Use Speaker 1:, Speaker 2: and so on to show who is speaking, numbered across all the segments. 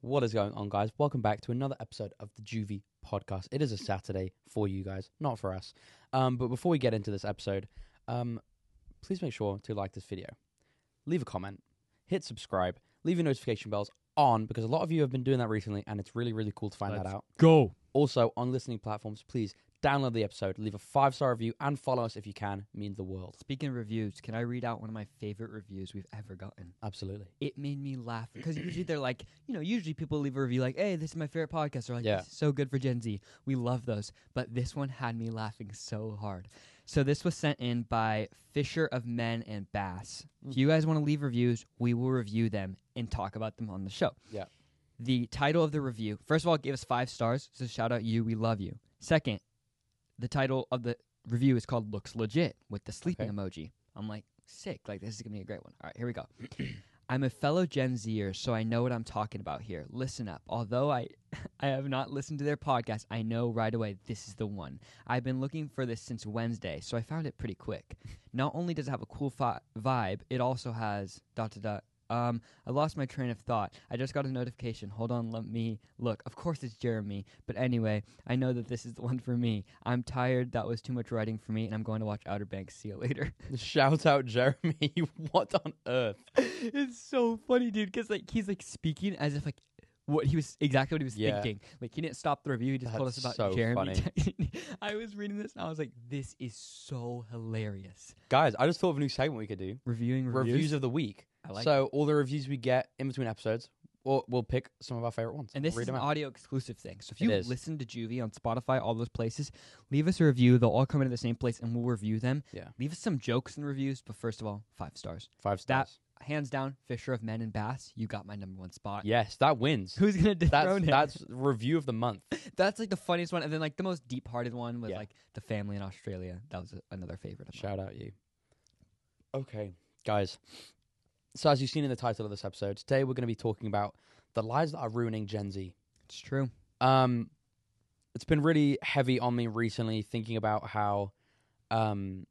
Speaker 1: What is going on, guys? Welcome back to another episode of the Juvie Podcast. It is a Saturday for you guys, not for us. Um, but before we get into this episode, um, please make sure to like this video, leave a comment, hit subscribe, leave your notification bells on because a lot of you have been doing that recently, and it's really, really cool to find that
Speaker 2: Let's
Speaker 1: out.
Speaker 2: Go.
Speaker 1: Also, on listening platforms, please download the episode, leave a five star review, and follow us if you can. Means the world.
Speaker 3: Speaking of reviews, can I read out one of my favorite reviews we've ever gotten?
Speaker 1: Absolutely.
Speaker 3: It made me laugh because usually they're like, you know, usually people leave a review like, "Hey, this is my favorite podcast," or like,
Speaker 1: Yeah.
Speaker 3: "This is so good for Gen Z." We love those, but this one had me laughing so hard. So this was sent in by Fisher of Men and Bass.
Speaker 1: Hmm.
Speaker 3: If you guys want to leave reviews, we will review them and talk about them on the show.
Speaker 1: Yeah.
Speaker 3: The title of the review, first of all, give us five stars. So shout out you, we love you. Second, the title of the review is called "Looks Legit" with the sleeping
Speaker 1: Okay.
Speaker 3: emoji. I'm like sick. Like this is gonna be a great one. All right, here we go. I'm a fellow Gen Zer, so I know what I'm talking about here. Listen up. Although I, I have not listened to their podcast, I know right away this is the one. I've been looking for this since Wednesday, so I found it pretty quick. Not only does it have a cool fi- vibe, it also has dot dot dot. Um, I lost my train of thought. I just got a notification. Hold on, let me look. Of course, it's Jeremy. But anyway, I know that this is the one for me. I'm tired. That was too much writing for me, and I'm going to watch Outer Banks. See you later.
Speaker 1: Shout out, Jeremy. what on earth?
Speaker 3: it's so funny, dude, because like he's like speaking as if like what he was exactly what he was
Speaker 1: Yeah.
Speaker 3: thinking. Like he didn't stop the review. He just told
Speaker 1: That's
Speaker 3: us about
Speaker 1: so
Speaker 3: Jeremy. I was reading this and I was like, this is so hilarious.
Speaker 1: Guys, I just thought of a new segment we could do.
Speaker 3: Reviewing
Speaker 1: Reviews,
Speaker 3: reviews.
Speaker 1: of the week.
Speaker 3: I like.
Speaker 1: so all the reviews we get in between episodes, we'll, we'll pick some of our favorite ones.
Speaker 3: and this
Speaker 1: read
Speaker 3: is an
Speaker 1: them out.
Speaker 3: audio exclusive thing. So if
Speaker 1: It
Speaker 3: you
Speaker 1: is.
Speaker 3: listen to Juvie on Spotify, all those places, leave us a review. They'll all come into the same place and we'll review them.
Speaker 1: Yeah.
Speaker 3: Leave us some jokes and reviews, but first of all, five stars.
Speaker 1: Five
Speaker 3: that-
Speaker 1: stars.
Speaker 3: Hands down, Fisher of Men and Bass, you got my number one spot.
Speaker 1: yes, that wins.
Speaker 3: Who's gonna dethrone
Speaker 1: That's that's
Speaker 3: him?
Speaker 1: review of the month.
Speaker 3: That's like the funniest one, and then like the most deep-hearted one was
Speaker 1: Yeah.
Speaker 3: like the family in Australia. That was a- another favorite. Of mine.
Speaker 1: Shout out you. Okay, guys. So as you've seen in the title of this episode, today we're going to be talking about the lies that are ruining Gen Z.
Speaker 3: It's true.
Speaker 1: um it's been really heavy on me recently thinking about how um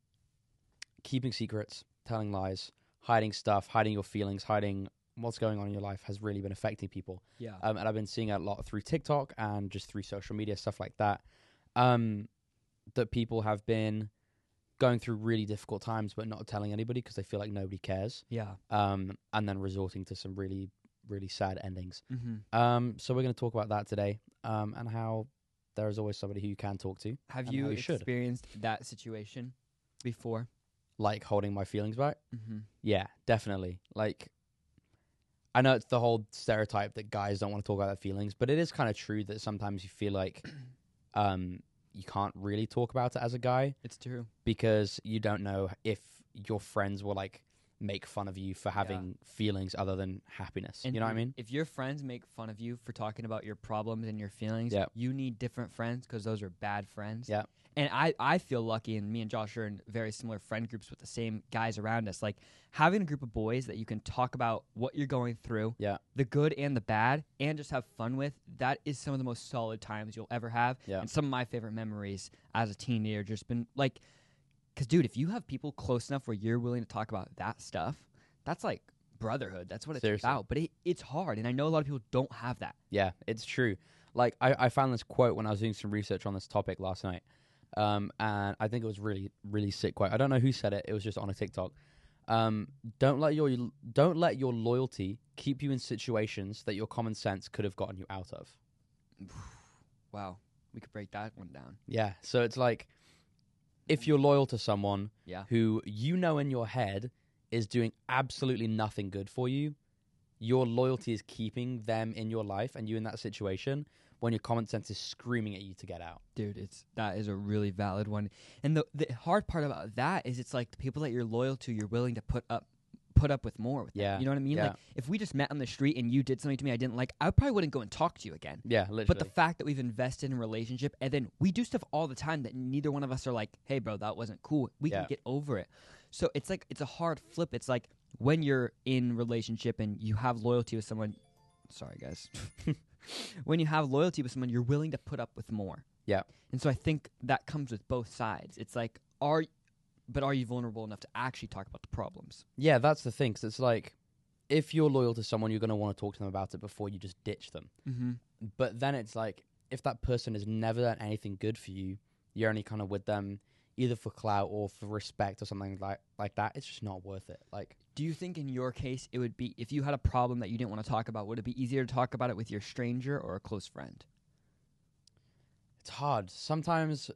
Speaker 1: keeping secrets telling lies hiding stuff hiding your feelings hiding what's going on in your life has really been affecting people
Speaker 3: Yeah.
Speaker 1: um, and i've been seeing it a lot through tiktok and just through social media stuff like that um that people have been going through really difficult times but not telling anybody because they feel like nobody cares
Speaker 3: yeah.
Speaker 1: um and then resorting to some really really sad endings
Speaker 3: Mm-hmm.
Speaker 1: um, so we're going to talk about that today, um, and how there is always somebody who you can talk to,
Speaker 3: Have
Speaker 1: And
Speaker 3: you
Speaker 1: how you should.
Speaker 3: experienced that situation before?
Speaker 1: like holding my feelings back.
Speaker 3: Mm-hmm.
Speaker 1: Yeah, definitely. Like, I know it's the whole stereotype that guys don't want to talk about their feelings, but it is kind of true that sometimes you feel like, um, you can't really talk about it as a guy
Speaker 3: It's true.
Speaker 1: because you don't know if your friends will like make fun of you for having feelings other than happiness. you know what I
Speaker 3: if-
Speaker 1: mean?
Speaker 3: If your friends make fun of you for talking about your problems and your feelings,
Speaker 1: Yep.
Speaker 3: you need different friends because those are bad friends.
Speaker 1: Yep.
Speaker 3: And I, I feel lucky, and me and Josh are in very similar friend groups with the same guys around us. Like having a group of boys that you can talk about what you're going through,
Speaker 1: Yeah.
Speaker 3: the good and the bad, and just have fun with, that is some of the most solid times you'll ever have.
Speaker 1: Yeah.
Speaker 3: And some of my favorite memories as a teenager just been like, because, dude, if you have people close enough where you're willing to talk about that stuff, that's like brotherhood. That's what it's
Speaker 1: Seriously.
Speaker 3: about. But it, it's hard. And I know a lot of people don't have that.
Speaker 1: Yeah, it's true. Like I, I found this quote when I was doing some research on this topic last night, um, and I think it was really really sick quote. I don't know who said it. It was just on a TikTok. Um, don't let your don't let your loyalty keep you in situations that your common sense could have gotten you out of.
Speaker 3: Wow. We could break that one down.
Speaker 1: Yeah. So it's like if you're loyal to someone
Speaker 3: Yeah.
Speaker 1: who you know in your head is doing absolutely nothing good for you, your loyalty is keeping them in your life and you in that situation when your common sense is screaming at you to get out.
Speaker 3: Dude, it's that is a really valid one. And the the hard part about that is it's like the people that you're loyal to, you're willing to put up put up with more with. them.
Speaker 1: Yeah,
Speaker 3: You know what I mean?
Speaker 1: yeah.
Speaker 3: Like if we just met on the street and you did something to me I didn't like, I probably wouldn't go and talk to you again.
Speaker 1: Yeah, literally.
Speaker 3: But the fact that we've invested in a relationship and then we do stuff all the time that neither one of us are like, hey, bro, that wasn't cool. We
Speaker 1: Yeah.
Speaker 3: can get over it. So it's like, it's a hard flip. It's like when you're in relationship and you have loyalty with someone, sorry, guys. when you have loyalty with someone, you're willing to put up with more.
Speaker 1: Yeah.
Speaker 3: And so I think that comes with both sides. It's like, are, but are you vulnerable enough to actually talk about the problems?
Speaker 1: yeah, that's the thing. 'cause it's like if you're loyal to someone, you're going to want to talk to them about it before you just ditch them.
Speaker 3: Mm-hmm.
Speaker 1: But then it's like if that person has never done anything good for you, you're only kind of with them either for clout or for respect or something like like that. It's just not worth it. Like
Speaker 3: Do you think in your case it would be if you had a problem that you didn't want to talk about, would it be easier to talk about it with your stranger or a close friend?
Speaker 1: it's hard sometimes.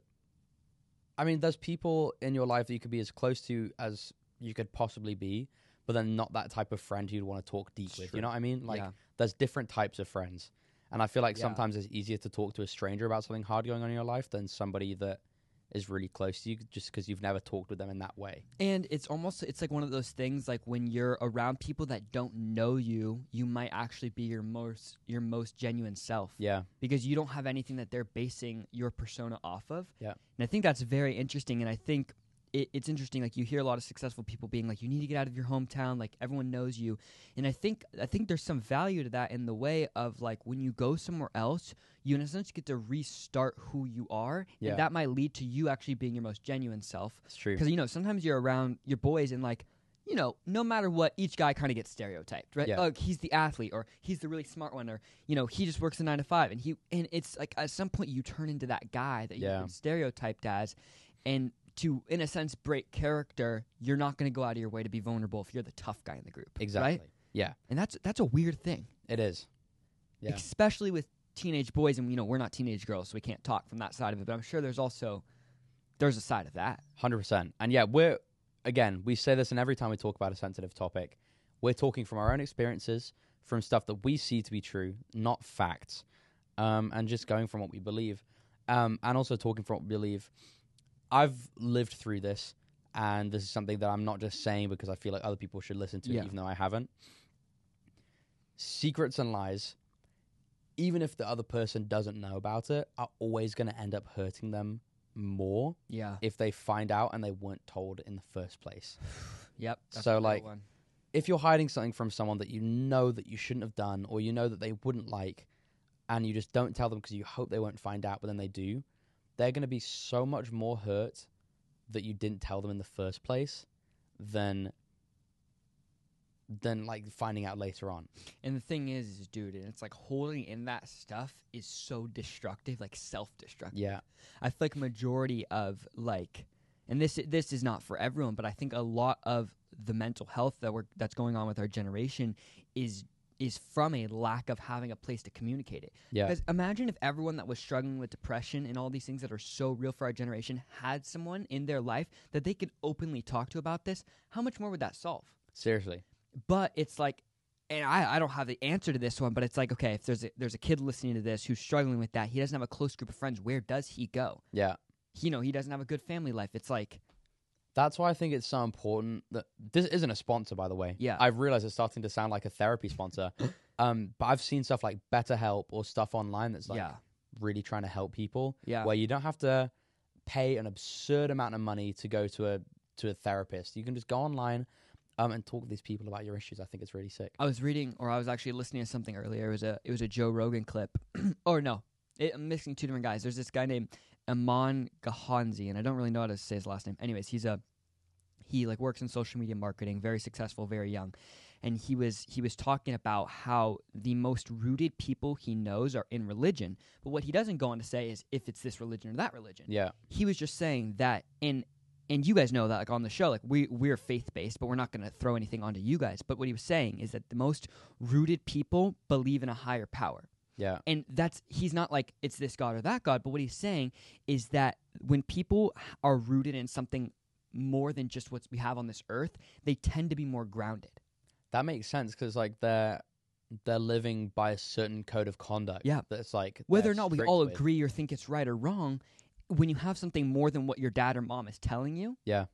Speaker 1: I mean, there's people in your life that you could be as close to as you could possibly be, but then not that type of friend you'd want to talk deep
Speaker 3: It's
Speaker 1: with.
Speaker 3: true.
Speaker 1: You know what I mean? Like
Speaker 3: yeah.
Speaker 1: there's different types of friends. And I feel like
Speaker 3: Yeah.
Speaker 1: sometimes it's easier to talk to a stranger about something hard going on in your life than somebody that is really close to you just because you've never talked with them in that way.
Speaker 3: And it's almost it's like one of those things like when you're around people that don't know you, you might actually be your most your most genuine self.
Speaker 1: Yeah.
Speaker 3: because you don't have anything that they're basing your persona off of.
Speaker 1: Yeah.
Speaker 3: And I think that's very interesting. And I think it, it's interesting. Like you hear a lot of successful people being like, "You need to get out of your hometown. Like everyone knows you." And I think I think there's some value to that in the way of like when you go somewhere else, you in a sense get to restart who you are,
Speaker 1: Yeah.
Speaker 3: and that might lead to you actually being your most genuine self.
Speaker 1: It's true.
Speaker 3: Because you know sometimes you're around your boys and like. You know, no matter what, each guy kind of gets stereotyped, right?
Speaker 1: Yeah.
Speaker 3: Like he's the athlete, or he's the really smart one, or you know, he just works a nine to five, and he and it's like at some point you turn into that guy that
Speaker 1: Yeah.
Speaker 3: you've been stereotyped as, and to in a sense break character, you're not going to go out of your way to be vulnerable if you're the tough guy in the group,
Speaker 1: Exactly.
Speaker 3: Right? And that's that's a weird thing,
Speaker 1: It is. Yeah.
Speaker 3: especially with teenage boys, and you know we're not teenage girls, so we can't talk from that side of it. But I'm sure there's also there's a side of that.
Speaker 1: 100%. And yeah, we're, again, we say this, and every time we talk about a sensitive topic, we're talking from our own experiences, from stuff that we see to be true, not facts, um, and just going from what we believe. Um, and also talking from what we believe. I've lived through this, and this is something that I'm not just saying because I feel like other people should listen to
Speaker 3: Yeah.
Speaker 1: it, even though I haven't. Secrets and lies, even if the other person doesn't know about it, are always going to end up hurting them more
Speaker 3: Yeah.
Speaker 1: if they find out and they weren't told in the first place.
Speaker 3: Yep. that's
Speaker 1: So,
Speaker 3: a real
Speaker 1: like,
Speaker 3: one.
Speaker 1: If you're hiding something from someone that you know that you shouldn't have done or you know that they wouldn't like and you just don't tell them because you hope they won't find out but then they do, they're going to be so much more hurt that you didn't tell them in the first place than than like finding out later on.
Speaker 3: And the thing is, is dude, and it's like holding in that stuff is so destructive, like self-destructive.
Speaker 1: Yeah.
Speaker 3: I feel like majority of like, and this this is not for everyone, but I think a lot of the mental health that we're that's going on with our generation is is from a lack of having a place to communicate it.
Speaker 1: Yeah.
Speaker 3: Because imagine if everyone that was struggling with depression and all these things that are so real for our generation had someone in their life that they could openly talk to about this. How much more would that solve?
Speaker 1: Seriously.
Speaker 3: but it's like and I, I don't have the answer to this one but it's like okay if there's a, there's a kid listening to this who's struggling with that he doesn't have a close group of friends where does he go
Speaker 1: Yeah.
Speaker 3: you know he doesn't have a good family life it's like
Speaker 1: That's why I think it's so important that this isn't a sponsor, by the way.
Speaker 3: Yeah.
Speaker 1: I've realized it's starting to sound like a therapy sponsor. um, but I've seen stuff like BetterHelp or stuff online that's like
Speaker 3: yeah
Speaker 1: really trying to help people,
Speaker 3: yeah
Speaker 1: where you don't have to pay an absurd amount of money to go to a to a therapist. You can just go online um, and talk to these people about your issues. I think it's really sick.
Speaker 3: i was reading or i was actually listening to something earlier it was a it was a joe rogan clip or no it, i'm mixing two different guys there's this guy named Amon Gahanzi, and I don't really know how to say his last name. Anyways, he's a he like works in social media marketing, very successful, very young. And he was he was talking about how the most rooted people he knows are in religion. But what he doesn't go on to say is if it's this religion or that religion.
Speaker 1: Yeah,
Speaker 3: He was just saying that and and you guys know that like on the show, like we we're faith based, but we're not gonna throw anything onto you guys. But what he was saying is that the most rooted people believe in a higher power.
Speaker 1: yeah,
Speaker 3: And that's he's not like it's this god or that god, but what he's saying is that when people are rooted in something more than just what we have on this earth, they tend to be more grounded.
Speaker 1: that makes sense because like they're they're living by a certain code of conduct.
Speaker 3: Yeah.
Speaker 1: that's like
Speaker 3: Whether
Speaker 1: they're
Speaker 3: or not we
Speaker 1: strict
Speaker 3: all
Speaker 1: with.
Speaker 3: agree or think it's right or wrong, when you have something more than what your dad or mom is telling you,
Speaker 1: Yeah.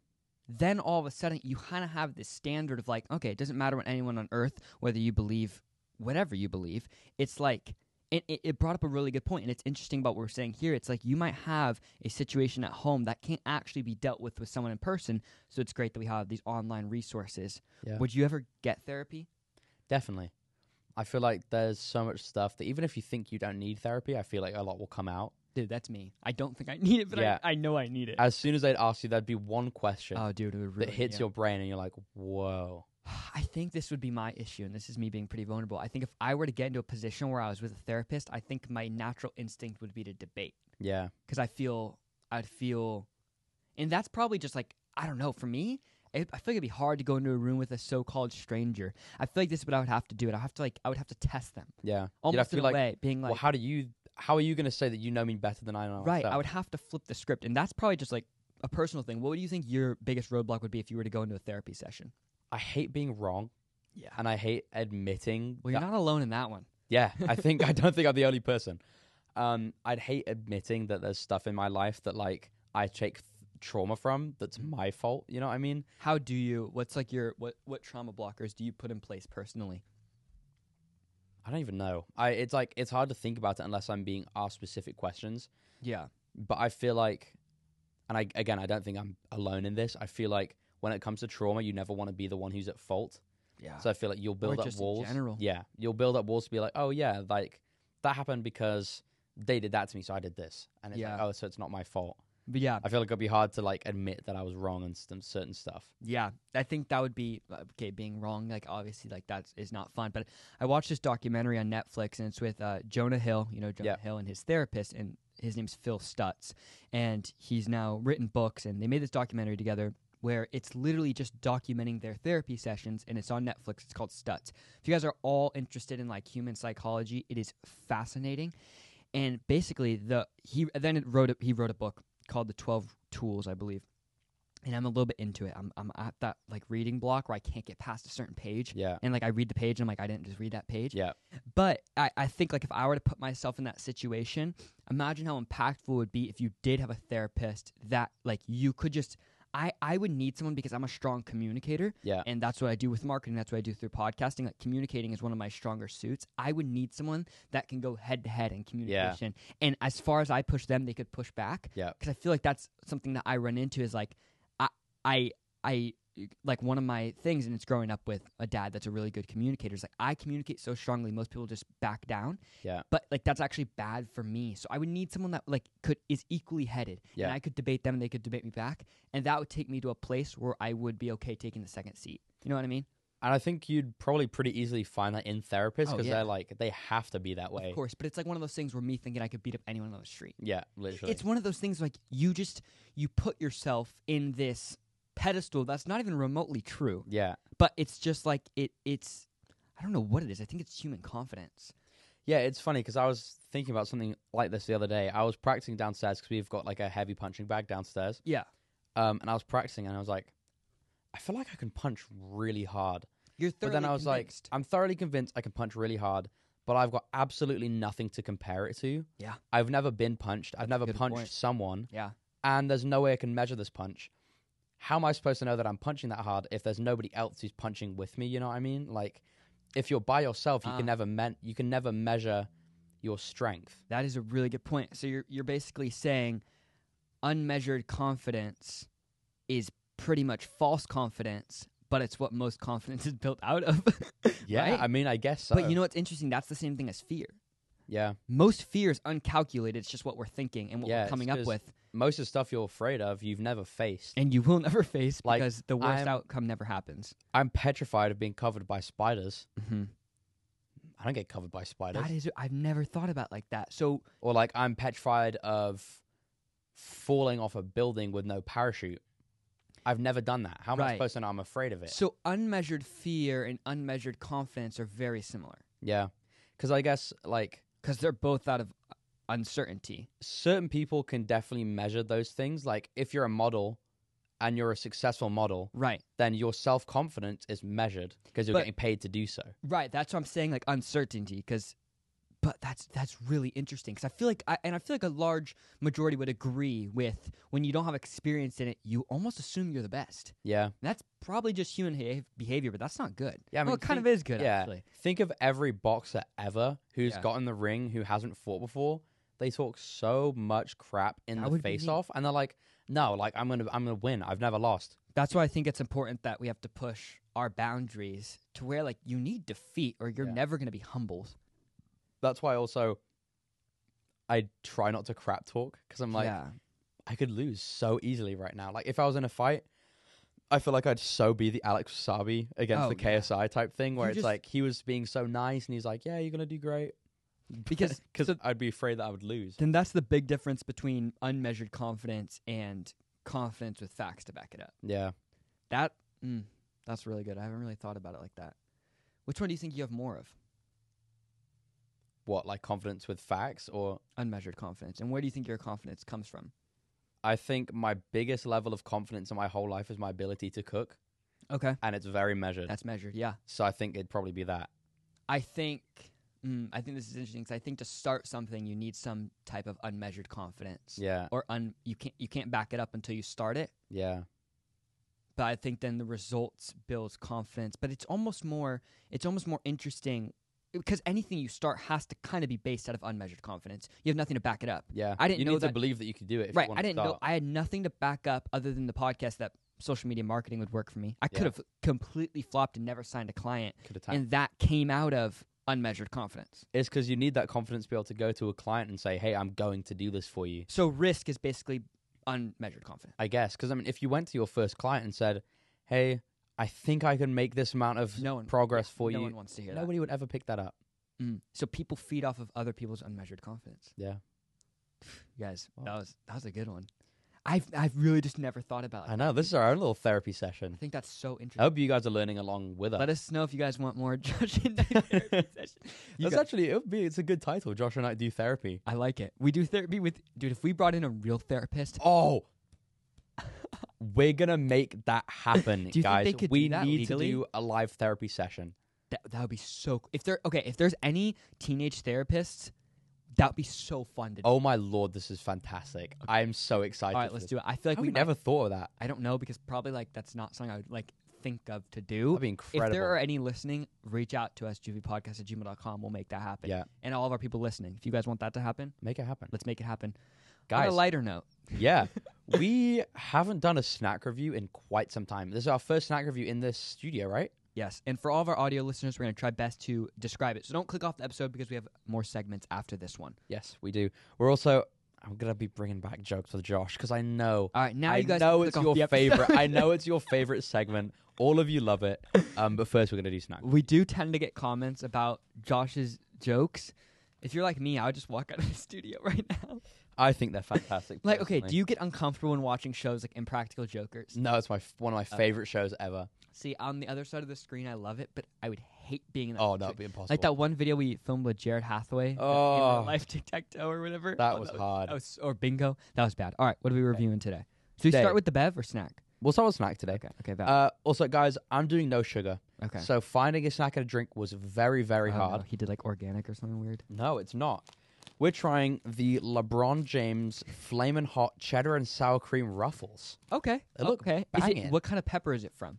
Speaker 3: then all of a sudden you kind of have this standard of like, okay, it doesn't matter what anyone on earth, whether you believe whatever you believe, it's like it, it, it brought up a really good point, and it's interesting about what we're saying here. It's like you might have a situation at home that can't actually be dealt with with someone in person, so it's great that we have these online resources.
Speaker 1: Yeah.
Speaker 3: Would you ever get therapy?
Speaker 1: Definitely. I feel like there's so much stuff that even if you think you don't need therapy, I feel like a lot will come out.
Speaker 3: Dude, that's me. I don't think I need it, but
Speaker 1: Yeah.
Speaker 3: I, I know I need it.
Speaker 1: As soon as they'd ask you, there'd be one question
Speaker 3: oh, dude, it would
Speaker 1: that
Speaker 3: ruin-
Speaker 1: hits
Speaker 3: yeah.
Speaker 1: your brain and you're like, whoa,
Speaker 3: I think this would be my issue, and this is me being pretty vulnerable. I think if I were to get into a position where I was with a therapist, I think my natural instinct would be to debate
Speaker 1: Yeah.
Speaker 3: because I feel I'd feel, and that's probably just like I don't know. For me, it, I feel like it'd be hard to go into a room with a so-called stranger. I feel like this is what I would have to do. It I have to like I would have to test them
Speaker 1: Yeah. You'd have
Speaker 3: almost
Speaker 1: to be
Speaker 3: in a
Speaker 1: like,
Speaker 3: way, being like,
Speaker 1: well, how do you? How are you going to say that you know me better than I know
Speaker 3: right?
Speaker 1: myself?
Speaker 3: I would have to flip the script, and that's probably just like a personal thing. What do you think your biggest roadblock would be if you were to go into a therapy session?
Speaker 1: I hate being wrong,
Speaker 3: Yeah.
Speaker 1: and I hate admitting.
Speaker 3: Well, you're
Speaker 1: that-
Speaker 3: not alone in that one.
Speaker 1: yeah, I think I don't think I'm the only person. Um, I'd hate admitting that there's stuff in my life that like I take th- trauma from that's my fault. You know what I mean?
Speaker 3: How do you? What's like your what? What trauma blockers do you put in place personally?
Speaker 1: I don't even know. I it's like it's hard to think about it unless I'm being asked specific questions.
Speaker 3: Yeah.
Speaker 1: But I feel like, and I again, I don't think I'm alone in this. I feel like when it comes to trauma, you never want to be the one who's at fault.
Speaker 3: Yeah.
Speaker 1: So I feel like you'll build up
Speaker 3: just in
Speaker 1: walls.
Speaker 3: general.
Speaker 1: Yeah, you'll build up walls to be like, oh yeah, like that happened because they did that to me, so I did this, and it's like,
Speaker 3: Yeah.
Speaker 1: oh, so it's not my fault.
Speaker 3: But yeah,
Speaker 1: I feel like it'd be hard to like admit that I was wrong on some certain stuff.
Speaker 3: Yeah, I think that would be uh, okay. Being wrong, like obviously, like that is not fun. But I watched this documentary on Netflix, and it's with uh, Jonah Hill. You know Jonah
Speaker 1: Yeah.
Speaker 3: Hill and his therapist, and his name's Phil Stutz, and he's now written books, and they made this documentary together where it's literally just documenting their therapy sessions, and it's on Netflix. It's called Stutz. If you guys are all interested in like human psychology, it is fascinating. And basically, the he then it wrote a, he wrote a book called The Twelve Tools, I believe and I'm a little bit into it. I'm I'm at that like reading block where I can't get past a certain page.
Speaker 1: Yeah,
Speaker 3: And like I read the page and I'm like, I didn't just read that page.
Speaker 1: yeah,
Speaker 3: But I, I think like if I were to put myself in that situation, imagine how impactful it would be if you did have a therapist that like you could just I, I would need someone because I'm a strong communicator
Speaker 1: yeah,
Speaker 3: and that's what I do with marketing, that's what I do through podcasting. Like communicating is one of my stronger suits. I would need someone that can go head to head in communication. And as far as I push them, they could push back
Speaker 1: yeah,
Speaker 3: because I feel like that's something that I run into is like I I I like one of my things and it's growing up with a dad that's a really good communicator is like I communicate so strongly most people just back down
Speaker 1: Yeah.
Speaker 3: but like that's actually bad for me so I would need someone that like could is equally headed
Speaker 1: Yeah.
Speaker 3: and I could debate them and they could debate me back and that would take me to a place where I would be okay taking the second seat you know what I mean
Speaker 1: and I think you'd probably pretty easily find that in therapists
Speaker 3: Oh,
Speaker 1: because
Speaker 3: yeah.
Speaker 1: they're like they have to be that way.
Speaker 3: of course but it's like one of those things where me thinking I could beat up anyone on the street
Speaker 1: Yeah,
Speaker 3: it-
Speaker 1: literally.
Speaker 3: It's one of those things like you just you put yourself in this pedestal that's not even remotely true,
Speaker 1: yeah,
Speaker 3: but it's just like it it's I don't know what it is. I think it's human confidence.
Speaker 1: yeah. It's funny because I was thinking about something like this the other day. I was practicing downstairs because we've got like a heavy punching bag downstairs.
Speaker 3: Yeah.
Speaker 1: Um, and I was practicing and I was like, I feel like I can punch really hard.
Speaker 3: You're
Speaker 1: But
Speaker 3: thoroughly
Speaker 1: then I was
Speaker 3: convinced.
Speaker 1: like, I'm thoroughly convinced I can punch really hard, but I've got absolutely nothing to compare it to.
Speaker 3: Yeah.
Speaker 1: I've never been punched. I've never
Speaker 3: good
Speaker 1: punched
Speaker 3: point.
Speaker 1: someone.
Speaker 3: Yeah.
Speaker 1: And there's no way I can measure this punch. How am I supposed to know that I'm punching that hard if there's nobody else who's punching with me? You know what I mean? Like, if you're by yourself, you
Speaker 3: Ah.
Speaker 1: can never men- you can never measure your strength.
Speaker 3: that is a really good point. So you're you're basically saying unmeasured confidence is pretty much false confidence, but it's what most confidence is built out of. Right?
Speaker 1: I mean, I guess so.
Speaker 3: but you know what's interesting? That's the same thing as fear.
Speaker 1: yeah,
Speaker 3: Most fear is uncalculated. It's just what we're thinking and what
Speaker 1: Yeah,
Speaker 3: we're
Speaker 1: it's
Speaker 3: coming up
Speaker 1: 'cause
Speaker 3: with.
Speaker 1: most of the stuff you're afraid of, you've never faced.
Speaker 3: and you will never face
Speaker 1: Like,
Speaker 3: because the worst
Speaker 1: I'm-
Speaker 3: outcome never happens.
Speaker 1: I'm petrified of being covered by spiders.
Speaker 3: Mhm.
Speaker 1: I don't get covered by spiders.
Speaker 3: That is, I've never thought about it like that. So
Speaker 1: or like I'm petrified of falling off a building with no parachute. I've never done that. How am I
Speaker 3: Right.
Speaker 1: supposed to know I'm afraid of it?
Speaker 3: so unmeasured fear and unmeasured confidence are very similar
Speaker 1: Yeah. Because I guess like
Speaker 3: because they're both out of uh, uncertainty.
Speaker 1: certain people can definitely measure those things. Like if you're a model and you're a successful model,
Speaker 3: Right,
Speaker 1: then your self confidence is measured because you're
Speaker 3: But-
Speaker 1: getting paid to do so.
Speaker 3: right. That's what I'm saying, like uncertainty. Because, but that's that's really interesting because I feel like, I, and I feel like a large majority would agree with when you don't have experience in it, you almost assume you're the best.
Speaker 1: Yeah.
Speaker 3: And that's probably just human behav- behavior, but that's not good.
Speaker 1: Yeah, I
Speaker 3: well,
Speaker 1: mean,
Speaker 3: it kind
Speaker 1: think-
Speaker 3: of is good
Speaker 1: yeah.
Speaker 3: actually.
Speaker 1: Think of every boxer ever who's
Speaker 3: Yeah.
Speaker 1: got in the ring who hasn't fought before. They talk so much crap in
Speaker 3: That
Speaker 1: the
Speaker 3: would be me.
Speaker 1: face off, and they're like, "No, like I'm gonna, I'm gonna win. I've never lost."
Speaker 3: That's why I think it's important that we have to push our boundaries to where like you need defeat or you're
Speaker 1: Yeah.
Speaker 3: never going to be humbled.
Speaker 1: That's why also I try not to crap talk because I'm like, I could lose so easily right now. Like if I was in a fight, I feel like I'd so be the Alex Wasabi against
Speaker 3: Oh,
Speaker 1: the
Speaker 3: yeah.
Speaker 1: KSI type thing, where
Speaker 3: You
Speaker 1: it's
Speaker 3: just-
Speaker 1: like he was being so nice and he's like, "Yeah, you're gonna do great,"
Speaker 3: Because-
Speaker 1: because
Speaker 3: so-
Speaker 1: I'd be afraid that I would lose.
Speaker 3: Then that's the big difference between unmeasured confidence and confidence with facts to back it up.
Speaker 1: Yeah,
Speaker 3: That mm, that's really good. I haven't really thought about it like that. Which one do you think you have more of?
Speaker 1: what like confidence with facts, or
Speaker 3: Unmeasured confidence. And where do you think your confidence comes from?
Speaker 1: I think my biggest level of confidence in my whole life is my ability to cook,
Speaker 3: Okay.
Speaker 1: and it's very measured.
Speaker 3: That's measured. Yeah.
Speaker 1: so I think it'd probably be that.
Speaker 3: I think mm, I think this is interesting 'cause I think to start something you need some type of unmeasured confidence
Speaker 1: Yeah,
Speaker 3: or un you can't you can't back it up until you start it.
Speaker 1: yeah,
Speaker 3: But I think then the results builds confidence. But it's almost more it's almost more interesting because anything you start has to kind of be based out of unmeasured confidence. You have nothing to back it up.
Speaker 1: yeah.
Speaker 3: I didn't
Speaker 1: you
Speaker 3: know
Speaker 1: need to
Speaker 3: that-
Speaker 1: believe that you could do it. If
Speaker 3: right.
Speaker 1: you want
Speaker 3: I didn't
Speaker 1: to
Speaker 3: know I had nothing to back up other than the podcast that social media marketing would work for me. I
Speaker 1: Yeah.
Speaker 3: could have completely flopped and never signed a client.
Speaker 1: Could attack.
Speaker 3: And that came out of unmeasured confidence.
Speaker 1: it's because you need that confidence to be able to go to a client and say, "Hey, I'm going to do this for you."
Speaker 3: So risk is basically unmeasured confidence.
Speaker 1: I guess because I mean, if you went to your first client and said, "Hey, I think I can make this amount of
Speaker 3: No one
Speaker 1: progress for
Speaker 3: no
Speaker 1: you,"
Speaker 3: one wants to hear
Speaker 1: nobody would ever pick that up.
Speaker 3: that. Mm. So people feed off of other people's unmeasured confidence.
Speaker 1: Yeah,
Speaker 3: You guys, that
Speaker 1: Wow.
Speaker 3: was that was a good one. I've I've really just never thought about it.
Speaker 1: I know. This is our own little therapy
Speaker 3: I
Speaker 1: session.
Speaker 3: think that's so
Speaker 1: I
Speaker 3: interesting.
Speaker 1: hope you guys are learning along with us.
Speaker 3: Let us know if you guys want more Josh and I therapy session. You
Speaker 1: That's
Speaker 3: guys-
Speaker 1: actually it would be. It's a good title. Josh and I do therapy.
Speaker 3: I like it. We do therapy with dude. If we brought in a real therapist,
Speaker 1: Oh. We're gonna make that happen,
Speaker 3: Do you think
Speaker 1: guys.
Speaker 3: they could do
Speaker 1: we
Speaker 3: that
Speaker 1: need
Speaker 3: legally?
Speaker 1: to do a live therapy session.
Speaker 3: that that would be so. Cool. If there, okay, if there's any teenage therapists, that would be so fun to do.
Speaker 1: Oh my lord, this is fantastic! I am so excited.
Speaker 3: All right,
Speaker 1: for
Speaker 3: let's
Speaker 1: this.
Speaker 3: do it. I feel like
Speaker 1: How
Speaker 3: we
Speaker 1: we
Speaker 3: might-
Speaker 1: never thought of that.
Speaker 3: I don't know because probably like that's not something I would like think of to
Speaker 1: That'd
Speaker 3: do.
Speaker 1: be incredible.
Speaker 3: If there are any listening, reach out to us, juviepodcast at gmail.com. We'll make that happen.
Speaker 1: Yeah.
Speaker 3: And all of our people listening, if you guys want that to happen,
Speaker 1: Make it happen,
Speaker 3: let's make it happen.
Speaker 1: guys.
Speaker 3: On a lighter note,
Speaker 1: Yeah. we haven't done a snack review in quite some time. This is our first snack review in this studio, right?
Speaker 3: yes. And for all of our audio listeners, we're going to try best to describe it. So don't click off the episode because we have more segments after this one.
Speaker 1: Yes, we do. We're also I'm going to be bringing back jokes with Josh cuz I know
Speaker 3: All right. Now
Speaker 1: I
Speaker 3: you guys
Speaker 1: know
Speaker 3: click
Speaker 1: it's
Speaker 3: off
Speaker 1: your
Speaker 3: the episode.
Speaker 1: favorite. I know it's your favorite segment. All of you love it. Um but first we're going to do snack.
Speaker 3: We do tend to get comments about Josh's jokes. If you're like me, I would just walk out of the studio right now.
Speaker 1: I think they're fantastic.
Speaker 3: Like, okay,
Speaker 1: personally.
Speaker 3: do you get uncomfortable when watching shows like Impractical Jokers?
Speaker 1: No, it's my f- one of my
Speaker 3: Oh.
Speaker 1: favorite shows ever.
Speaker 3: See, on the other side of the screen, I love it, but I would hate being in that.
Speaker 1: Oh,
Speaker 3: situation.
Speaker 1: that would be impossible.
Speaker 3: Like that one video we filmed with Jared Hathaway. uh, In
Speaker 1: Oh.
Speaker 3: real life tic tac toe or whatever.
Speaker 1: That
Speaker 3: Oh,
Speaker 1: was hard.
Speaker 3: that was- or bingo. That was bad. All right, what are we reviewing today? Should we
Speaker 1: Today.
Speaker 3: start with the bev or snack?
Speaker 1: We'll start with snack today.
Speaker 3: Okay, okay, bev.
Speaker 1: Uh, also, guys, I'm doing no sugar,
Speaker 3: okay.
Speaker 1: so finding a snack and a drink was very, very
Speaker 3: Oh, no,
Speaker 1: hard.
Speaker 3: He did like organic or something weird.
Speaker 1: No, it's not. We're trying the LeBron James Flamin' Hot Cheddar and Sour Cream Ruffles.
Speaker 3: Okay.
Speaker 1: They look
Speaker 3: okay. Is
Speaker 1: banging.
Speaker 3: it, what kind of pepper is it from?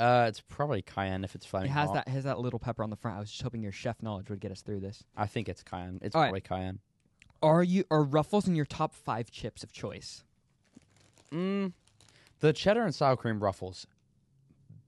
Speaker 1: Uh, it's probably cayenne if it's
Speaker 3: It
Speaker 1: flaming
Speaker 3: has
Speaker 1: hot.
Speaker 3: that has that little pepper on the front. I was just hoping your chef knowledge would get us through this.
Speaker 1: I think it's cayenne. It's
Speaker 3: All right.
Speaker 1: probably cayenne.
Speaker 3: Are you are Ruffles in your top five chips of choice?
Speaker 1: Mm, the cheddar and sour cream ruffles,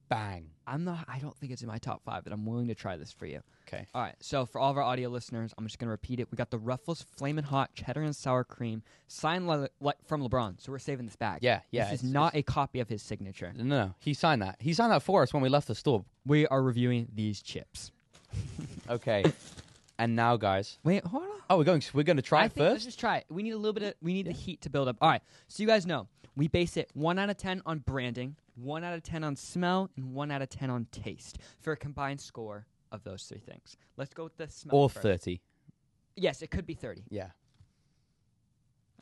Speaker 1: bang.
Speaker 3: I'm not. I don't think it's in my top five, but I'm willing to try this for you.
Speaker 1: 'Kay.
Speaker 3: All right. So for all of our audio listeners, I'm just gonna repeat it. We got the Ruffles Flamin' Hot Cheddar and Sour Cream signed le- le- from LeBron. So we're saving this back.
Speaker 1: Yeah, yeah.
Speaker 3: This is
Speaker 1: it's-
Speaker 3: not a copy of his signature.
Speaker 1: it's- no, no, he signed that. He signed that for us when we left the store.
Speaker 3: We are reviewing these chips.
Speaker 1: Okay. and now, guys.
Speaker 3: Wait, hold on.
Speaker 1: Oh, we're going. We're going to try
Speaker 3: I
Speaker 1: it
Speaker 3: think, Let's
Speaker 1: first.
Speaker 3: just try it. We need a little bit of we need the heat to build up. All right. So you guys know we base it one out of ten on branding, one out of ten on smell, and one out of ten on taste for a combined score of those three things. Let's go with the smell.
Speaker 1: Or
Speaker 3: first.
Speaker 1: thirty.
Speaker 3: Yes, it could be thirty.
Speaker 1: Yeah.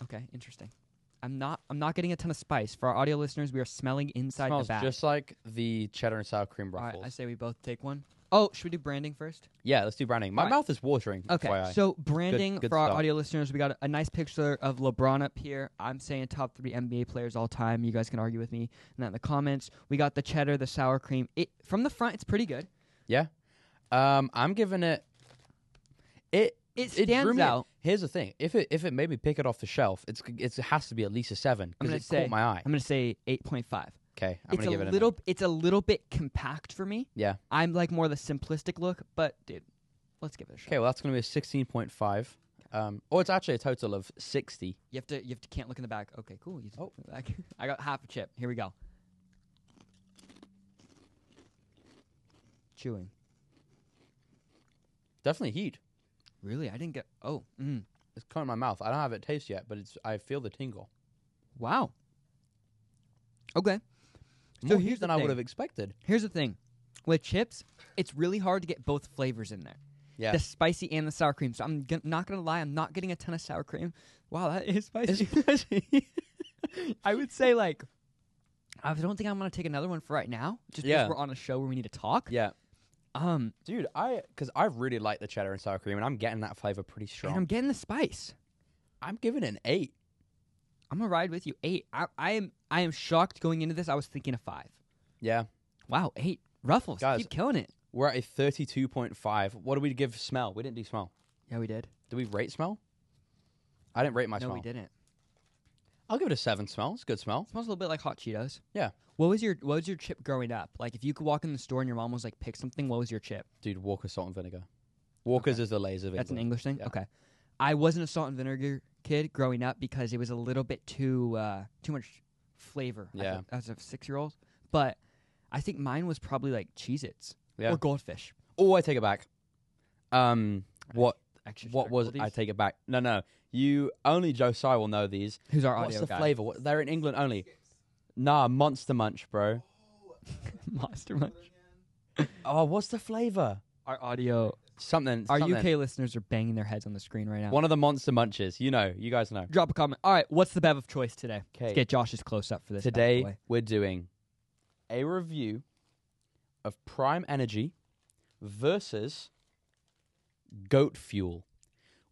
Speaker 3: Okay, interesting. I'm not I'm not getting a ton of spice. For our audio listeners, we are smelling inside
Speaker 1: Smells
Speaker 3: the bag.
Speaker 1: just like the cheddar and sour cream
Speaker 3: All right,
Speaker 1: ruffles.
Speaker 3: I say we both take one. Oh, should we do branding first?
Speaker 1: Yeah, let's do branding. My
Speaker 3: Alright.
Speaker 1: mouth is watering.
Speaker 3: Okay,
Speaker 1: FYI.
Speaker 3: so branding
Speaker 1: good
Speaker 3: for our
Speaker 1: start.
Speaker 3: audio listeners, we got a, a nice picture of LeBron up here. I'm saying top three NBA players all time. You guys can argue with me and that in the comments. We got the cheddar, the sour cream. It from the front, it's pretty good.
Speaker 1: Um, I'm giving it. It
Speaker 3: It
Speaker 1: it drew
Speaker 3: stands
Speaker 1: me-
Speaker 3: out.
Speaker 1: Here's the thing: if it if it made me pick it off the shelf, it's it's it has to be at least a seven
Speaker 3: I'm
Speaker 1: because
Speaker 3: gonna
Speaker 1: it
Speaker 3: say-
Speaker 1: caught my eye.
Speaker 3: I'm gonna say eight point five.
Speaker 1: Okay, I'm
Speaker 3: It's
Speaker 1: gonna
Speaker 3: a
Speaker 1: give it a
Speaker 3: little. It's a little bit compact for me.
Speaker 1: Yeah.
Speaker 3: I'm like more the simplistic look, but dude, let's give it a shot.
Speaker 1: Okay, well that's gonna be a sixteen point five. Um, or it's actually a total of sixty.
Speaker 3: You have to you have to can't look in the back. Okay, cool. You just
Speaker 1: Oh.
Speaker 3: look in the back. I got half a chip. Here we go. chewing.
Speaker 1: Definitely heat.
Speaker 3: Really, I didn't get. Oh, mm.
Speaker 1: It's caught in my mouth. I don't have it taste yet, but it's I feel the tingle.
Speaker 3: wow. Okay.
Speaker 1: More heat
Speaker 3: here's the
Speaker 1: than I
Speaker 3: thing.
Speaker 1: would have expected.
Speaker 3: Here's the thing, with chips, it's really hard to get both flavors in there.
Speaker 1: Yeah.
Speaker 3: The spicy and the sour cream. So I'm g- not gonna lie, I'm not getting a ton of sour cream. Wow, that is
Speaker 1: It's
Speaker 3: spicy.
Speaker 1: spicy.
Speaker 3: I would say like, I don't think I'm gonna take another one for right now. Just
Speaker 1: Yeah.
Speaker 3: because we're on a show where we need to talk.
Speaker 1: yeah.
Speaker 3: Um,
Speaker 1: Dude, I because I really like the cheddar and sour cream, and I'm getting that flavor pretty strong.
Speaker 3: and I'm getting the spice.
Speaker 1: I'm giving it an eight.
Speaker 3: I'm gonna ride with you. Eight. I, I am. I am shocked going into this. I was thinking a five.
Speaker 1: Yeah,
Speaker 3: Wow, eight. Ruffles,
Speaker 1: Guys.
Speaker 3: keep killing it.
Speaker 1: we're at a thirty-two point five. What do we give smell? We didn't do smell.
Speaker 3: Yeah, we did.
Speaker 1: Did we rate smell? I didn't rate my
Speaker 3: no,
Speaker 1: smell.
Speaker 3: we didn't.
Speaker 1: I'll give it a seven. Smell. It's a good smell.
Speaker 3: smells a little bit like hot Cheetos.
Speaker 1: Yeah.
Speaker 3: What was your What was your chip growing up? Like, if you could walk in the store and your mom was like, "Pick something," what was your chip?
Speaker 1: Dude, Walker salt and vinegar. Walker's is the laser.
Speaker 3: That's an English thing.
Speaker 1: Yeah.
Speaker 3: Okay. I wasn't a salt and vinegar kid growing up because it was a little bit too uh, too much flavor. as a-
Speaker 1: Yeah.
Speaker 3: As a, six year old, but I think mine was probably like Cheez-Its
Speaker 1: Yeah.
Speaker 3: or Goldfish.
Speaker 1: Oh, I take it back. Um, what
Speaker 3: Actually,
Speaker 1: what was I take it back? No, no. You only Josiah will know these.
Speaker 3: Who's our
Speaker 1: What's
Speaker 3: audio
Speaker 1: the
Speaker 3: guy?
Speaker 1: flavor? What, they're in England only. Nah, Monster Munch, bro.
Speaker 3: Monster Munch.
Speaker 1: Oh, what's the flavor?
Speaker 3: Our audio.
Speaker 1: Something.
Speaker 3: Our
Speaker 1: something.
Speaker 3: UK listeners are banging their heads on the screen right now.
Speaker 1: One of the Monster Munches. You know. You guys know.
Speaker 3: Drop a comment. All right, what's the bev of choice today?
Speaker 1: Okay.
Speaker 3: Let's get Josh's close up for this. by the way.
Speaker 1: Today we're doing a review of Prime Energy versus Goat Fuel,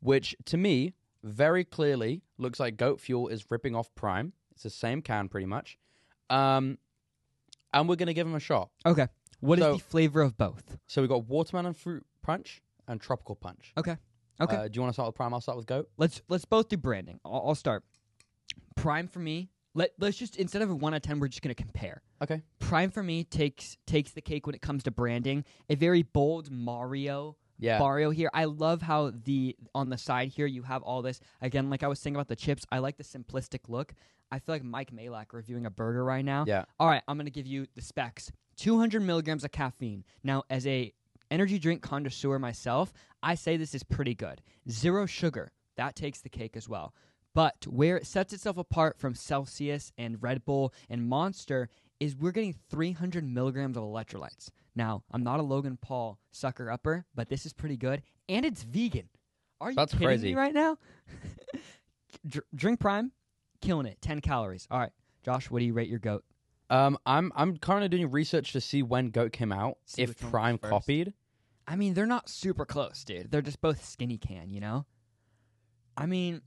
Speaker 1: which to me very clearly looks like Goat Fuel is ripping off Prime. It's the same can pretty much. Um, and we're going to give them a shot.
Speaker 3: Okay. What is
Speaker 1: So-
Speaker 3: the flavor of both?
Speaker 1: So we got watermelon fruit punch and tropical punch.
Speaker 3: Okay. Okay.
Speaker 1: Uh, do you want to start with Prime? I'll start with Goat.
Speaker 3: let's let's both do branding. I'll, I'll start. Prime for me. Let let's just instead of a one out of ten, we're just gonna compare.
Speaker 1: Okay.
Speaker 3: Prime for me takes takes the cake when it comes to branding. A very bold Mario
Speaker 1: Yeah.
Speaker 3: Mario here. I love how the on the side here you have all this. Again, like I was saying about the chips, I like the simplistic look. I feel like Mike Malak reviewing a burger right now.
Speaker 1: Yeah.
Speaker 3: All right, I'm gonna give you the specs. 200 milligrams of caffeine. Now, as a energy drink connoisseur myself, I say this is pretty good. Zero sugar. That takes the cake as well. But where it sets itself apart from Celsius and Red Bull and Monster is we're getting 300 milligrams of electrolytes. Now, I'm not a Logan Paul sucker upper, but this is pretty good, and it's vegan. Are you
Speaker 1: That's
Speaker 3: kidding
Speaker 1: crazy.
Speaker 3: me right now? Dr- drink Prime, killing it. 10 calories. All right, Josh, what do you rate your goat?
Speaker 1: Um, I'm I'm currently doing research to see when Goat came out,
Speaker 3: See
Speaker 1: if
Speaker 3: which one was
Speaker 1: Prime
Speaker 3: first.
Speaker 1: copied.
Speaker 3: I mean, they're not super close, dude. They're just both skinny can, you know? I mean,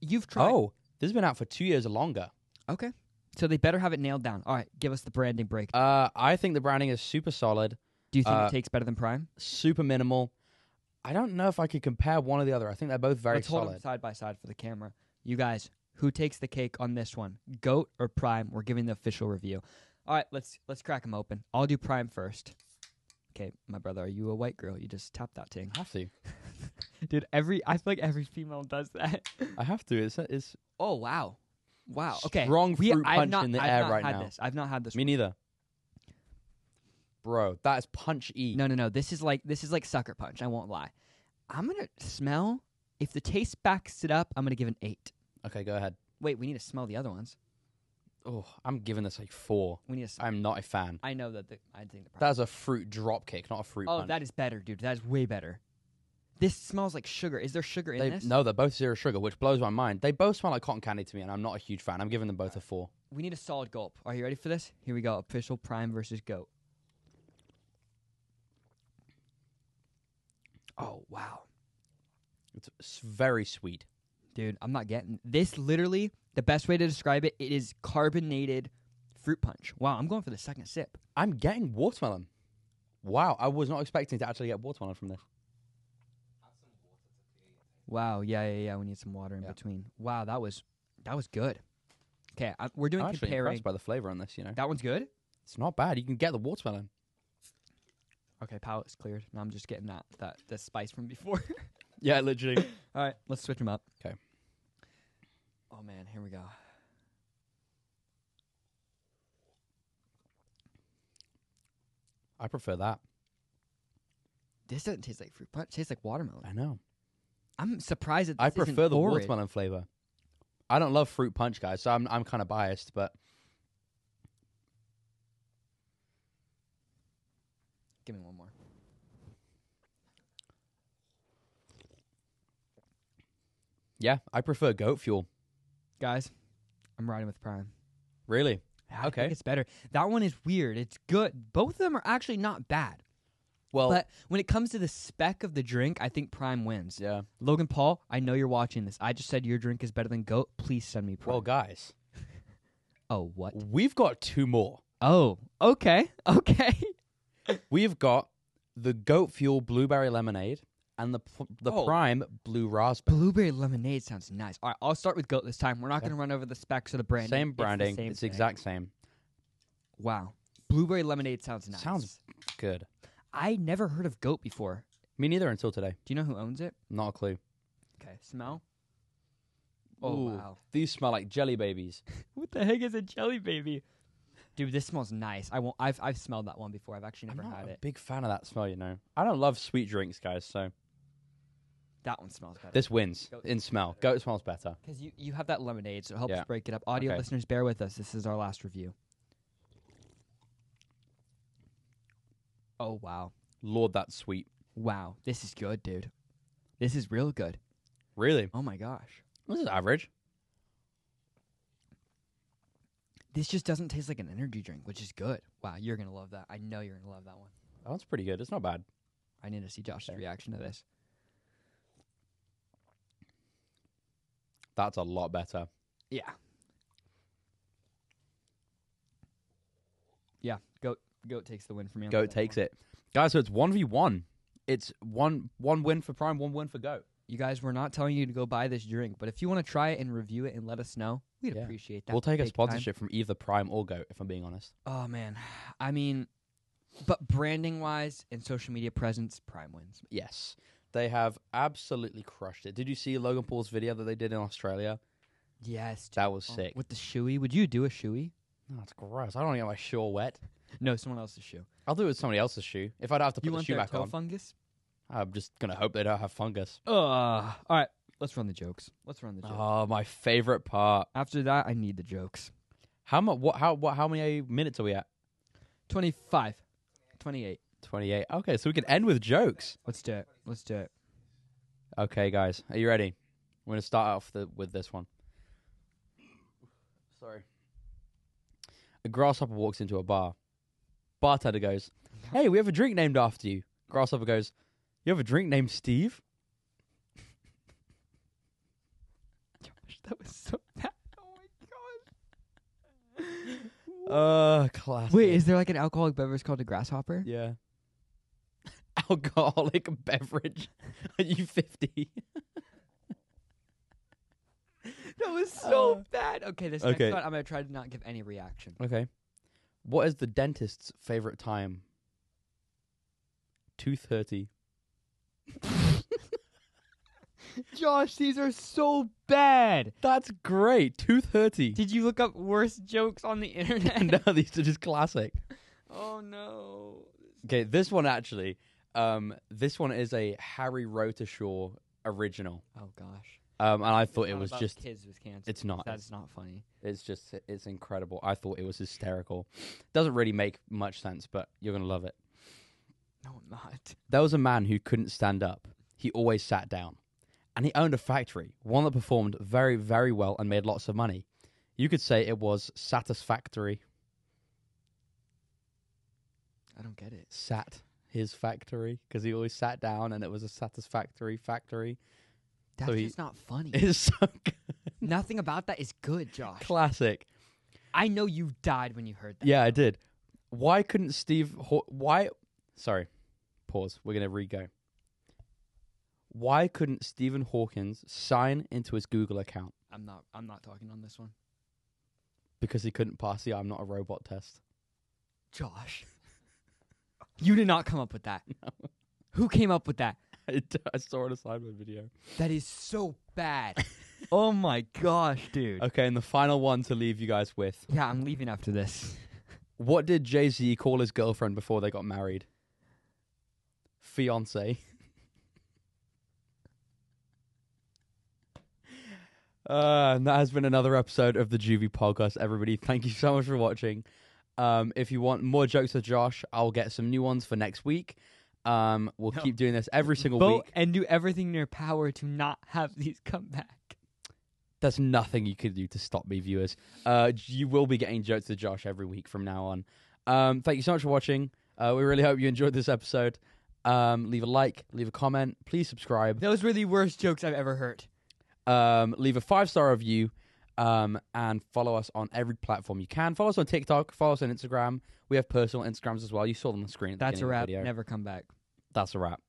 Speaker 3: you've tried.
Speaker 1: Oh, this has been out for two years or longer.
Speaker 3: Okay. So they better have it nailed down. All right, give us the branding break.
Speaker 1: Uh, I think the branding is super solid,
Speaker 3: Do you think
Speaker 1: uh,
Speaker 3: it takes better than Prime?
Speaker 1: super minimal. I don't know if I could compare one or the other. I think they're both very
Speaker 3: Let's hold them
Speaker 1: solid.
Speaker 3: side by side for the camera. You guys, who takes the cake on this one? Goat or Prime? We're giving the official review. All right, let's let's crack them open. I'll do Prime first. Okay, my brother, are you a white girl? You just tap that thing,
Speaker 1: I have to.
Speaker 3: dude. Every I feel like every female does that.
Speaker 1: I have to. It's it's
Speaker 3: Oh wow, wow. Okay,
Speaker 1: Strong
Speaker 3: We-
Speaker 1: fruit
Speaker 3: I've
Speaker 1: punch
Speaker 3: not-
Speaker 1: in the
Speaker 3: I've
Speaker 1: air
Speaker 3: not
Speaker 1: right
Speaker 3: had
Speaker 1: now.
Speaker 3: This. I've not had this.
Speaker 1: me neither. Bro, that is punch E.
Speaker 3: No, no, no. This is like this is like sucker punch. I won't lie. I'm gonna smell. If the taste backs it up, I'm gonna give an eight.
Speaker 1: Okay, go ahead.
Speaker 3: Wait, we need to smell the other ones.
Speaker 1: Oh, I'm giving this like four.
Speaker 3: We need to. Smell.
Speaker 1: I'm not a fan.
Speaker 3: I know that. The, I think the. Prime.
Speaker 1: That's a fruit drop kick, not a fruit
Speaker 3: oh,
Speaker 1: punch.
Speaker 3: that is better, dude. That is way better. This smells like sugar. Is there sugar in
Speaker 1: They-
Speaker 3: this?
Speaker 1: no, they're both zero sugar, which blows my mind. They both smell like cotton candy to me, and I'm not a huge fan. I'm giving them both a four.
Speaker 3: We need a solid gulp. Are you ready for this? Here we go. Official Prime versus Goat. Oh wow.
Speaker 1: It's s- very sweet.
Speaker 3: Dude, I'm not getting this. Literally, the best way to describe it, it is carbonated fruit punch. Wow, I'm going for the second sip.
Speaker 1: I'm getting watermelon. Wow, I was not expecting to actually get watermelon from this.
Speaker 3: Wow, yeah, yeah, yeah. We need some water in
Speaker 1: Yeah.
Speaker 3: between. Wow, that was that was good. Okay, I- we're doing
Speaker 1: I'm actually
Speaker 3: comparing.
Speaker 1: impressed by the flavor on this. You know,
Speaker 3: That one's good.
Speaker 1: it's not bad. You can get the watermelon.
Speaker 3: Okay, palate's cleared. Now I'm just getting that that the spice from before.
Speaker 1: Yeah, literally.
Speaker 3: All right, let's switch them up.
Speaker 1: 'Kay.
Speaker 3: Oh man, here we go.
Speaker 1: I prefer that.
Speaker 3: this doesn't taste like fruit punch. It tastes like watermelon.
Speaker 1: I know.
Speaker 3: I'm surprised that
Speaker 1: I
Speaker 3: this isn't
Speaker 1: prefer the
Speaker 3: orange.
Speaker 1: watermelon flavor. I don't love fruit punch, guys, so I'm I'm kind of biased, but
Speaker 3: Give me one more.
Speaker 1: yeah, I prefer goat fuel.
Speaker 3: Guys, I'm riding with Prime.
Speaker 1: Really?
Speaker 3: I think
Speaker 1: Okay.
Speaker 3: it's better. That one is weird. It's good. Both of them are actually not bad.
Speaker 1: Well,
Speaker 3: But when it comes to the spec of the drink, I think Prime wins.
Speaker 1: yeah.
Speaker 3: Logan Paul, I know you're watching this. I just said your drink is better than Goat. Please send me Prime.
Speaker 1: Well, guys,
Speaker 3: oh, what?
Speaker 1: we've got two more.
Speaker 3: Oh, okay. Okay.
Speaker 1: We've got the goat fuel blueberry lemonade and the p- the
Speaker 3: Oh.
Speaker 1: prime blue raspberry.
Speaker 3: Blueberry lemonade sounds nice. All right, I'll start with Goat this time. We're not
Speaker 1: Okay.
Speaker 3: going to run over the specs of the brand.
Speaker 1: same branding. It's,
Speaker 3: the exact.
Speaker 1: exact same.
Speaker 3: Wow. Blueberry lemonade sounds nice.
Speaker 1: Sounds- Good.
Speaker 3: I never heard of goat before.
Speaker 1: Me neither until today.
Speaker 3: Do you know who owns it?
Speaker 1: Not a clue.
Speaker 3: Okay, smell. Oh
Speaker 1: Ooh,
Speaker 3: wow.
Speaker 1: These smell like jelly babies.
Speaker 3: What the heck is a jelly baby? Dude, this smells nice. I won't I've I've smelled that one before. I've actually never
Speaker 1: I'm not
Speaker 3: had
Speaker 1: a
Speaker 3: it.
Speaker 1: big fan of that smell, you know. I don't love sweet drinks, guys. So
Speaker 3: That one smells better.
Speaker 1: this wins
Speaker 3: Goat
Speaker 1: in
Speaker 3: smells
Speaker 1: smell.
Speaker 3: better.
Speaker 1: Goat smells better.
Speaker 3: Because you, you have that lemonade, so it helps
Speaker 1: Yeah.
Speaker 3: break it up. Audio
Speaker 1: Okay.
Speaker 3: listeners, bear with us. This is our last review. Oh wow.
Speaker 1: Lord, that's sweet.
Speaker 3: Wow. This is good, dude. This is real good.
Speaker 1: Really,
Speaker 3: Oh my gosh.
Speaker 1: this is average.
Speaker 3: This just doesn't taste like an energy drink, which is good. Wow, you're gonna love that. I know you're gonna love that one.
Speaker 1: That one's pretty good. It's not bad.
Speaker 3: I need to see Josh's
Speaker 1: Okay.
Speaker 3: reaction to this.
Speaker 1: That's a lot better.
Speaker 3: Yeah. Yeah, goat goat takes the win for me. on
Speaker 1: Goat
Speaker 3: that
Speaker 1: takes
Speaker 3: one.
Speaker 1: it, guys. So it's one v one. It's one one win for Prime, one win for Goat.
Speaker 3: You guys, we're not telling you to go buy this drink, but if you want to try it and review it and let us know, we'd
Speaker 1: Yeah.
Speaker 3: appreciate that.
Speaker 1: we'll take a
Speaker 3: big time.
Speaker 1: sponsorship from either Prime or Goat, if I'm being honest.
Speaker 3: Oh man, I mean, but branding wise and social media presence, Prime wins.
Speaker 1: Yes, they have absolutely crushed it. Did you see Logan Paul's video that they did in Australia?
Speaker 3: Yes, dude.
Speaker 1: That was
Speaker 3: Oh,
Speaker 1: sick.
Speaker 3: With the shoey, would you do a shoey?
Speaker 1: No, it's gross. I don't want to get my shoe wet.
Speaker 3: No, someone else's shoe.
Speaker 1: I'll do it with somebody else's shoe. If I don't have to put
Speaker 3: You
Speaker 1: the
Speaker 3: want
Speaker 1: shoe
Speaker 3: their
Speaker 1: back
Speaker 3: toe
Speaker 1: on,
Speaker 3: fungus?
Speaker 1: I'm just gonna hope they don't have fungus.
Speaker 3: Ugh. All right, let's run the jokes. Let's run the jokes.
Speaker 1: Oh, my favorite part.
Speaker 3: After that, I need the jokes.
Speaker 1: How much? What? How? What? How many minutes are we at?
Speaker 3: 25, 28.
Speaker 1: Twenty-eight. Okay, so we can end with jokes.
Speaker 3: Let's do it. Let's do it.
Speaker 1: Okay, guys, are you ready? We're gonna start off the, with this one. Sorry. A grasshopper walks into a bar. Bartender goes, "Hey, we have a drink named after you." Grasshopper goes, "You have a drink named Steve?"
Speaker 3: Gosh, that was so bad. Oh my god.
Speaker 1: Uh, classic.
Speaker 3: Wait, is there like an alcoholic beverage called a grasshopper?
Speaker 1: yeah. Alcoholic beverage. Are you fifty?
Speaker 3: That was
Speaker 1: Uh,
Speaker 3: bad. Okay, this
Speaker 1: okay.
Speaker 3: next one I'm gonna try to not give any reaction.
Speaker 1: Okay. What is the dentist's favorite time? Two thirty.
Speaker 3: Josh, these are so bad.
Speaker 1: That's great. Two thirty.
Speaker 3: Did you look up worst jokes on the internet?
Speaker 1: no, these are just classic.
Speaker 3: oh no.
Speaker 1: Okay, this one actually, um, this one is a Harry Rotashaw original,
Speaker 3: Oh gosh.
Speaker 1: um, and I thought
Speaker 3: It's
Speaker 1: it
Speaker 3: not
Speaker 1: was
Speaker 3: about
Speaker 1: just,
Speaker 3: kids with cancer.
Speaker 1: it's not.
Speaker 3: That's not funny.
Speaker 1: it's just, it's incredible. I thought it was hysterical. Doesn't really make much sense, but you're gonna love it.
Speaker 3: No, I'm not.
Speaker 1: There was a man who couldn't stand up. He always sat down, and he owned a factory, one that performed very, very well and made lots of money. You could say it was satisfactory.
Speaker 3: I don't get it.
Speaker 1: Sat his factory because he always sat down, and it was a satisfactory factory.
Speaker 3: That's
Speaker 1: he-
Speaker 3: just not funny.
Speaker 1: It's so good.
Speaker 3: Nothing about that is good, Josh.
Speaker 1: classic.
Speaker 3: I know you died when you heard that.
Speaker 1: Yeah, I did. Why couldn't Steve? Ho- why? Sorry, pause. We're gonna re-go. Why couldn't Stephen Hawkins sign into his Google account
Speaker 3: I'm not. I'm not talking on this one,
Speaker 1: because he couldn't pass the "I'm not a robot" test?
Speaker 3: Josh. you did not come up with that. Who came up with that?
Speaker 1: I d- I saw an assignment video.
Speaker 3: That is so bad. oh my gosh, dude.
Speaker 1: Okay, and the final one to leave you guys with:
Speaker 3: Yeah, I'm leaving after this.
Speaker 1: What did Jay Z call his girlfriend before they got married? fiance. Uh, and that has been another episode of the Juvie Podcast, everybody. Thank you so much for watching. Um, if you want more jokes with Josh, I'll get some new ones for next week. Um, we'll
Speaker 3: No.
Speaker 1: keep doing this every single
Speaker 3: Vote
Speaker 1: week.
Speaker 3: and do everything in your power to not have these come back.
Speaker 1: There's nothing you could do to stop me, viewers. Uh, j- you will be getting jokes with Josh every week from now on. Um, thank you so much for watching. Uh, we really hope you enjoyed this episode. Um, leave a like, leave a comment, please subscribe.
Speaker 3: Those were the worst jokes I've ever heard.
Speaker 1: um, leave a five star review, um, and follow us on every platform you can. Follow us on TikTok, follow us on Instagram. We have personal Instagrams as well. You saw them on the screen. At the
Speaker 3: That's a
Speaker 1: beginning of
Speaker 3: wrap.
Speaker 1: the video.
Speaker 3: Never come back.
Speaker 1: That's a wrap.